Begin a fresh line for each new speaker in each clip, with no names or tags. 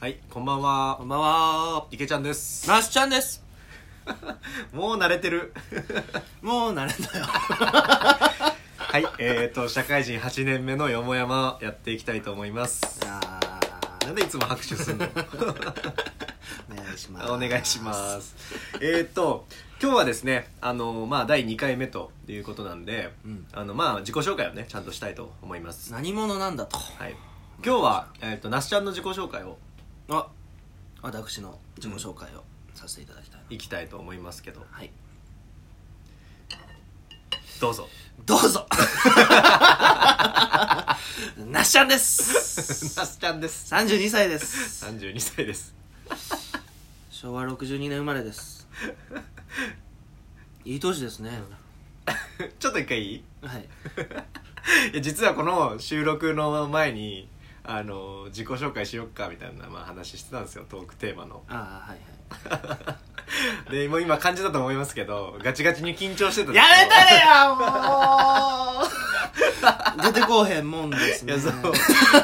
はい、こんばんは
こん。ばんは。
いけちゃんです。
ナシちゃんです。
もう慣れてる。
もう慣れたよ。
はい、えーと、社会人8年目のよもやまやっていきたいと思います。なんでいつも拍手するの
お願いします。
お願いします。えーと、今日はですね、あの、まあ、第2回目ということなんで、
うん
あの、まあ、自己紹介をね、ちゃんとしたいと思います。
何者なんだと。
はい。今日は、えーと、なしちゃんの自己紹介を
あ、私の自己紹介をさせていただきたいな。
いきたいと思いますけど、
はい。
どうぞ。
どうぞ ナシちゃんです
なしちゃんです。
!32 歳です。
32歳です。
昭和62年生まれです。いい年ですね。
ちょっと一回いい
はい。
いや実はこの収録の前にあの自己紹介しよっかみたいな、まあ、話してたんですよトークテーマの
ああ、はい
でもう今感じたと思いますけどガチガチに緊張してたん
はい。
で
や
すけど
めたれやもう 出てこうへんもんです
い
ね。
やそう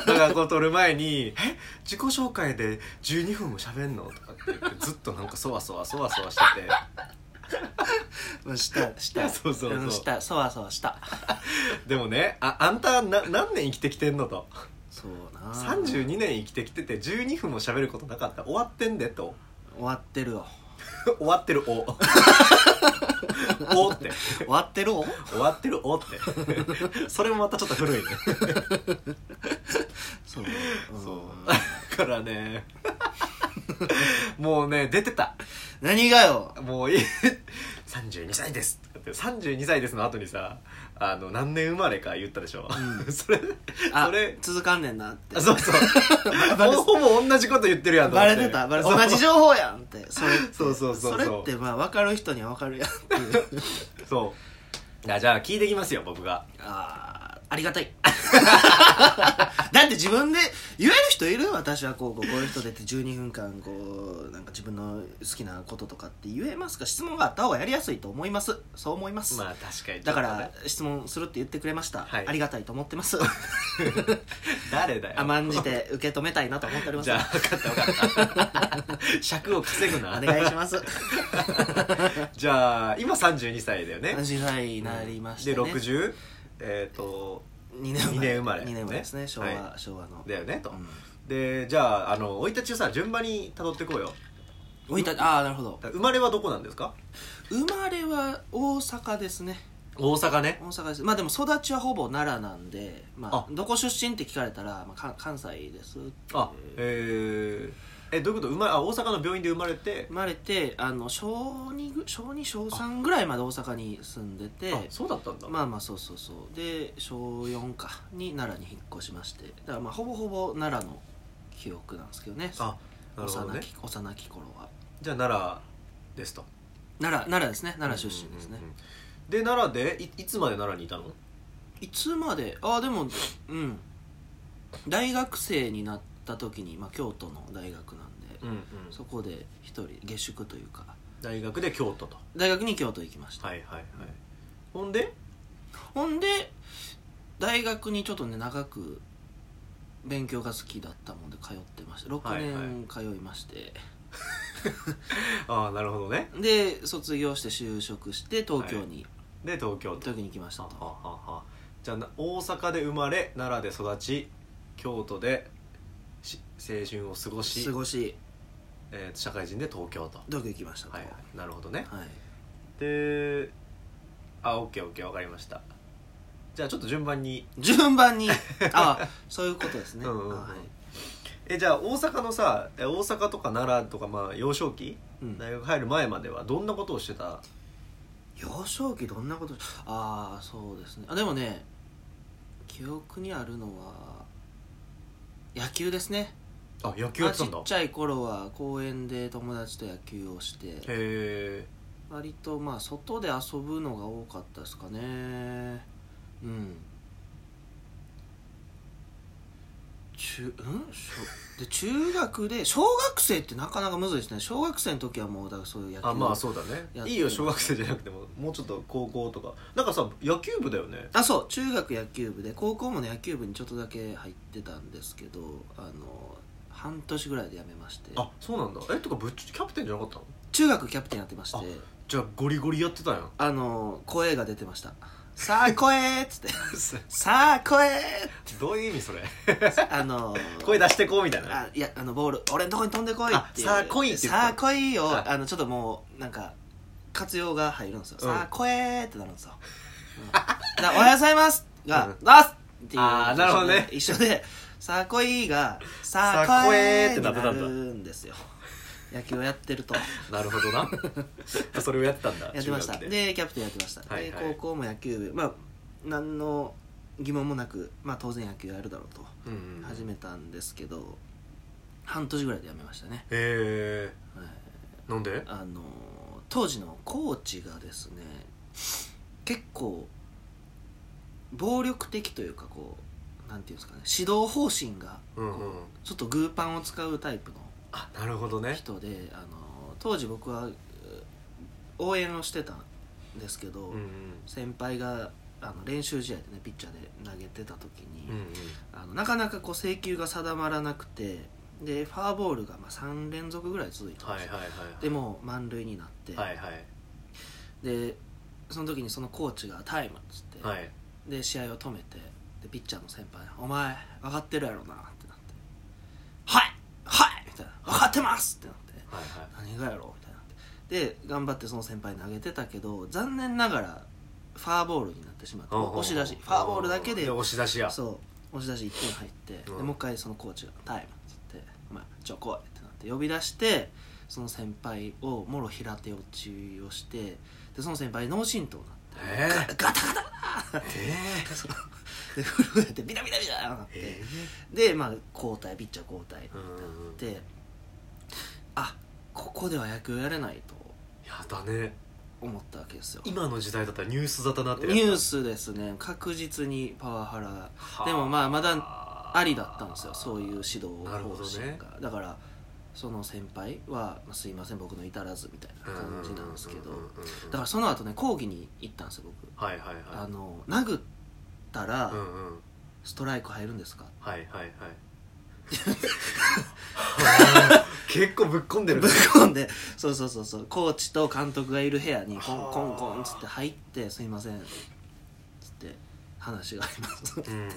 だからこう撮る前に「え自己紹介で12分も喋んの?」とかって言ってずっとなんかそわそわそわそわしてて
うんしたし た
そうそうそうん
したそわそわした
でもねああんたな何年生きてきてんのと
そうな終
32年生きてきてて12分も喋ることなかった終わってんでと
わってるよ
終わってるおおって
終わってるお
終わってるおって それもまたちょっと古いね
そう、
だから ねもうね出てた
何がよ
もういい32歳ですとかって32歳ですの後にさあの何年生まれか言ったでしょ、 それ
あ
それ
続かんねんなって
あそうそう
バレてた
ほぼほぼ同じこと言ってるやんと
バ
思っ
レてたバレ同じ
そう
情報やんってそれって
そうそうそうそう
れってまあ分かる人には分かるやんっていう
そうあじゃあ聞いてきますよ僕が
あーありがたい だって自分で言える人いるよ私はこうこうこういう人出て12分間こうなんか自分の好きなこととかって言えますか質問があった方がやりやすいと思いますそう思います、
まあ確かに
だか
ちょ
ら
っとね
質問するって言ってくれまし た、
はい
ありがたいと思ってます
誰だよ
甘んじて受け止めたいなと思っております
じゃあ分かった分か った尺を稼ぐな
お願い します
じゃあ今32歳だよね
30歳になりましたね
で60えっ、と
2年
二年生まれ
2年生まれですね昭和、
は
昭和の
だよねと、
うん
でじゃああの生い立ちをさ順番に辿っていこうよ
おいたああなるほど
生まれはどこなんですか
生まれは大阪ですね
大阪ね
大阪ですまあでも育ちはほぼ奈良なんで、まあ
あ、
どこ出身って聞かれたら、まあ、か関西ですって
あえー、えどういうこと生まれあ大阪の病院で生まれて
生、まれてあの小2ぐ小二小3ぐらいまで大阪に住んでて
あそうだったんだ、
まあまあそうそうそうで小4かに奈良に引っ越しましてだからまあほぼほぼ奈良の記憶なんですけどね
あなるほど
幼
ね
き幼き頃は
じゃあ奈良ですと
奈良奈良ですね奈良出身ですね、
うんうんうんで奈良でいいつまで奈良にいたの
いつまでああでもうん大学生になった時に、まあ、京都の大学なんで、
うんうん
そこで一人下宿というか
大学で京都と
大学に京都行きました、
はいはいはいほんで
ほんで大学にちょっとね長く勉強が好きだったもんで通ってました6年通いまして、
ああなるほどね
で卒業して就職して東京に、
で東京と
東京に来ました
は
と
あはあはあじゃあな大阪で生まれ奈良で育ち京都でし青春を過ごし
過、ごし
えー社会人で東京とは
東京行きましたと
い、はい、なるほどね
はい
であオッケーオッケーわかりましたじゃあちょっと順番に
順番に あそういうことですね、
うんうんうん
はい
えじゃあ大阪のさえ大阪とか奈良とかまあ幼少期
うん
大学入る前まではどんなことをしてた
幼少期どんなことああそうですねあでもね記憶にあるのは野球ですね
あ野球やってたんだ
まあちっちゃい頃は公園で友達と野球をして
へ
割とまあ外で遊ぶのが多かったですかねうん中ん小で中学で小学生ってなかなかむずいですね小学生の時はもうだからそういう野
え
球
あまあそうだ
やっ
ね
て
いいよ小学生じゃなくてももうちょっと高校とかなんかさ野球部だよね
あそう中学野球部で高校もね野球部にちょっとだけ入ってたんですけどあの半年ぐらいで辞めまして
あそうなんだえとかぶっちキャプテンじゃなかったの
中学キャプテンやってまして
あじゃあゴリゴリやってたやん
あの声が出てました「さあ声!」っつって「さあ声!」
どういう意味そ れ
あの
声出してこうみたいな
あいやあのボール俺のとこに飛んでこいっていう
あさあ来いって言った
さあ来いを
はい
あのちょっともうなんか活用が入るんですよ、
うん
さあ来いってなるんですよ、うんだからおはようございますが
う
「だす!」っていう
あーなるほどね
一緒で「さあ来い」が「さ
さ
あ
あ
来
来
い」
い
っ
ってて
な
なってたんだ
るんですよ野球をやって ると
なるほど なそれをやってたんだ
やってました
中学
で
で
キャプテンやってました、
はいはい
で高校も野球部まあ何の疑問もなく、まあ、当然野球やるだろうと
うんうん
始めたんですけど、半年ぐらいでやめましたね、
え
はい
ー、なんで
あの当時のコーチがですね結構暴力的というかこうなんていうんですかね指導方針が
うんうん
ちょっとグーパンを使うタイプの
あなるほどね
人で、あの当時僕はう応援をしてたんですけど、
うんうん
先輩があの練習試合でねピッチャーで投げてた時に、
うんうん
あのなかなかこう制球が定まらなくてでファーボールがまあ3連続ぐらい続いたん
はい
で
はい
すよ、
はい
でもう満塁になって、
はいはい
でその時にそのコーチが「タイム」っつって、
はい
で試合を止めてでピッチャーの先輩「お前分かってるやろな」ってなって「はいはい!」みたいな「分かってます!」ってなって
はい
「何がやろ?」みたいなで頑張ってその先輩投げてたけど残念ながらファーボールになってしまって
はい
押し出しファーボールだけで
で押し出しや
そう押し出し1点入って、
うん
でもう一回そのコーチが「タイム」っつって「お前ちょ来い」ってなって呼び出してその先輩をもろ平手落ちをしてでその先輩脳震盪になって
え
ガタガタガタ
ええ
そうで震えてビタビタビタなって、
え
でまあ交代ピッチャー交代
え
に
うんうん
なってあここでは野球やれないと
やだね
思ったわけですよニ
今の時代だったらニュース沙汰になってるやつ
ュースですね確実にパワハラが
はあ
でもまあまだありだったんですよそういう指導方
なるほど
針が、
ね
だからその先輩は「まあすいません僕の至らず」みたいな感じなんですけど
うんうんうんうん
だからその後ね講義に行ったんですよ僕、
はいはい
あ
は
の殴ったら
いうんうん
ストライク入るんですか、
はいはいはい はあ結構ぶっこんでる
ぶっ込んで そうそうそうそうコーチと監督がいる部屋にコンコンコンっつって入って「すいません」っつって話がありますって、
うん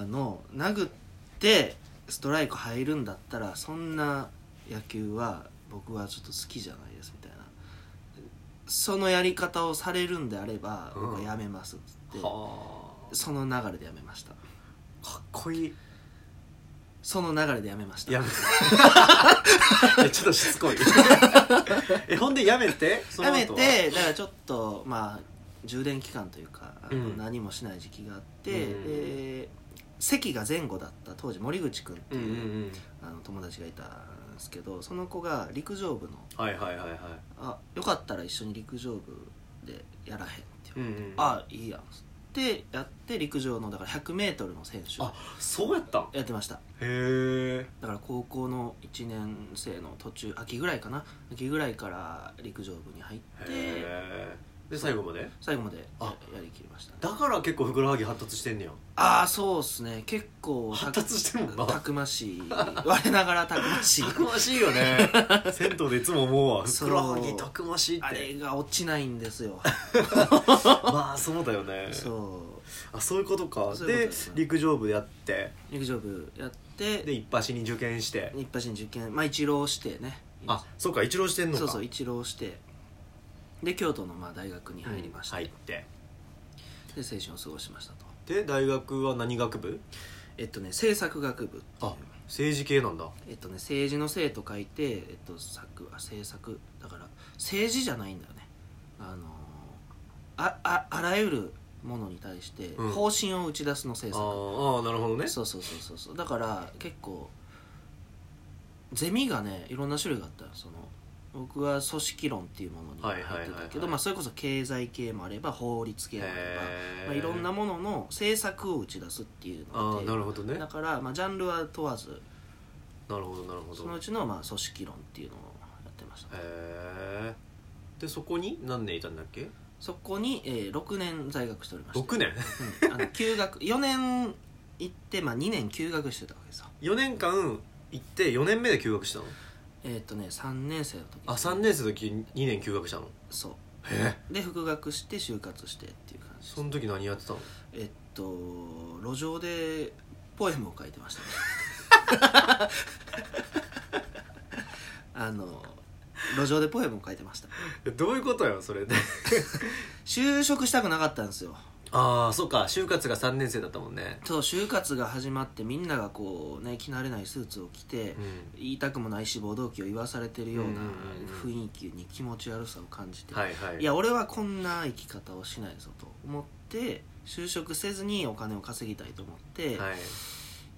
あの殴ってストライク入るんだったらそんな野球は僕はちょっと好きじゃないですみたいなそのやり方をされるんであれば
うん
僕はやめますっつって、
は
その流れでやめました
あかっこいい
その流れでやめました
やめ いやちょっとしつこいえほんでやめてその
や
後は
めてだからちょっとまあ充電期間というか、あの
うん
何もしない時期があって、
うん
で席が前後だった当時森口君って
うん
い
うん
う、
うん
あの友達がいたんですけどその子が陸上部の
はいはいはいはい
「あよかったら一緒に陸上部でやらへん」って言われて
うんうん
「あいいやん」ってやって陸上のだから 100m の選手
あそうやったんへ
やってました
え
だから高校の1年生の途中秋ぐらいかな秋ぐらいから陸上部に入って
へえで最後まで
最後まで
あ
やりきりましたね
だから結構ふくらはぎ発達してんねや
ああそうっすね結構
発達してるもんな
たくましい我ながらたくましい
たくましいよね 銭湯でいつも思うわふ
そう
くらはぎたくましいっ
あれ
て
が落ちないんで すよ
まあそうだよね
そう
あそういうことか
そういう
で
ことですね
陸上部やって
陸上部やって
で一発に受験して
日橋に受験まあ一浪してね
あそうか一浪してんのか
そうそう一浪してで京都のまあ大学に入りまして、
入って
で青春を過ごしましたと
で大学は何学部
えっとね政策学部っていう
あ政治系なんだ
えっとね政治の生と書いてえっと作あ政策だから政治じゃないんだよねあのーあああらゆるものに対して
うん
方針を打ち出すの
あ
政策、
ーあーなるほどね
そうそうそうそうそうだから結構ゼミがねいろんな種類があったよその僕は組織論っていうものに入
はい
っ
はいはい
てた
はい
けどまあそれこそ経済系もあれば法律系もあれば、
へー
まあ、いろんなものの政策を打ち出すっていう
あ
の
あ
で
なるほどね
だ
な
から、まあ、ジャンルは問わず
るほどなるほ
その
ど
う
へ
ちの、まあ、組織論っていうのをやってました
えでそこに何年いたんだっけ
そこに、えー、6年在学しておりました
6年
うんあの休学4年行って、まあ、2年休学してたわけですよ
4年間行って4年目で休学したの
えーっとね3年生の時
あ3年生の時2年休学したの
そ
へえ
うで復学して就活してっていう感じ
その時何やってたの
えっと路上でポエムを書いてま したねあの路上でポエムを書いてました
どういうことよそれで
就職したくなかったんですよ
ああそっか就活が3年生だったもんね
そう就活が始まってみんながこうね着慣れないスーツを着て、
うん
言いたくもない志望動機を言わされてるよう
うんう
な
ん
雰囲気に気持ち悪さを感じて、
はいはい
いや俺はこんな生き方をしないぞと思って就職せずにお金を稼ぎたいと思って、
はい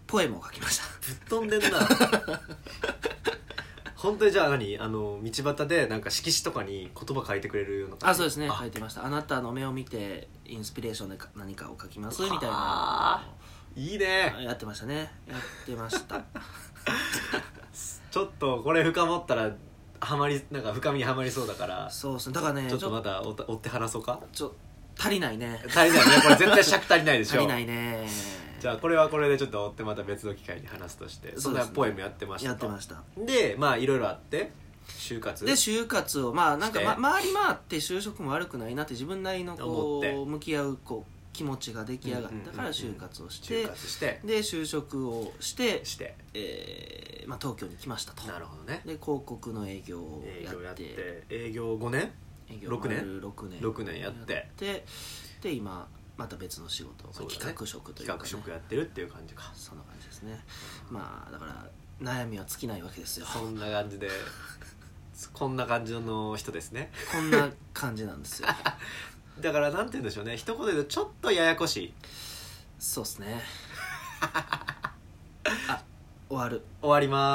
ポエムを書きました
ぶっ飛んでん な本当にじゃあ何あの道端でなんか色紙とかに言葉書いてくれるような
あそうですね
あ
書いてましたあなたの目を見てインスピレーションでか何かを書きますみたいな
あいいね
やってましたねやってました
ちょっとこれ深まったらはまりなんか深みにはまりそうだから
そうですねだからね
ちょっと
ちょ
まだおた追って話そうか
ちょ足りないね
足りないねこれ絶対尺足りないでし
足
ょ
りないね
じゃあこれはこれでちょっと追ってまた別の機会に話すとしてそ
そ
ん
うですね
なポエムやってました
やってま
し
した
たでまあいろいろあって就活
で就活をまあなんか、
して
ま、回り回って就職も悪くないなって自分なりの
思
こ
って
う向き合うこう気持ちが出来上がったから
うんうんうんうん
就活をして、
就活して
で就職をして、
して
えーまあ、東京に来ましたと
なるほどね
で広告の営業を
営
やって
業やって営業5年
営業
六年
丸六年
六年やって
でで今また別の仕事、まあ
そうだね
企画職というか、
企
ね、
画職やってるっていう感じか
そんな感じですねまあだから悩みは尽きないわけですよ
そんな感じでこんな感じの人ですね
こんな感じな んですよ
だからなんて言うんでしょうね一言で言うとちょっとややこしい
そうっすねあ終わる
終わりまーす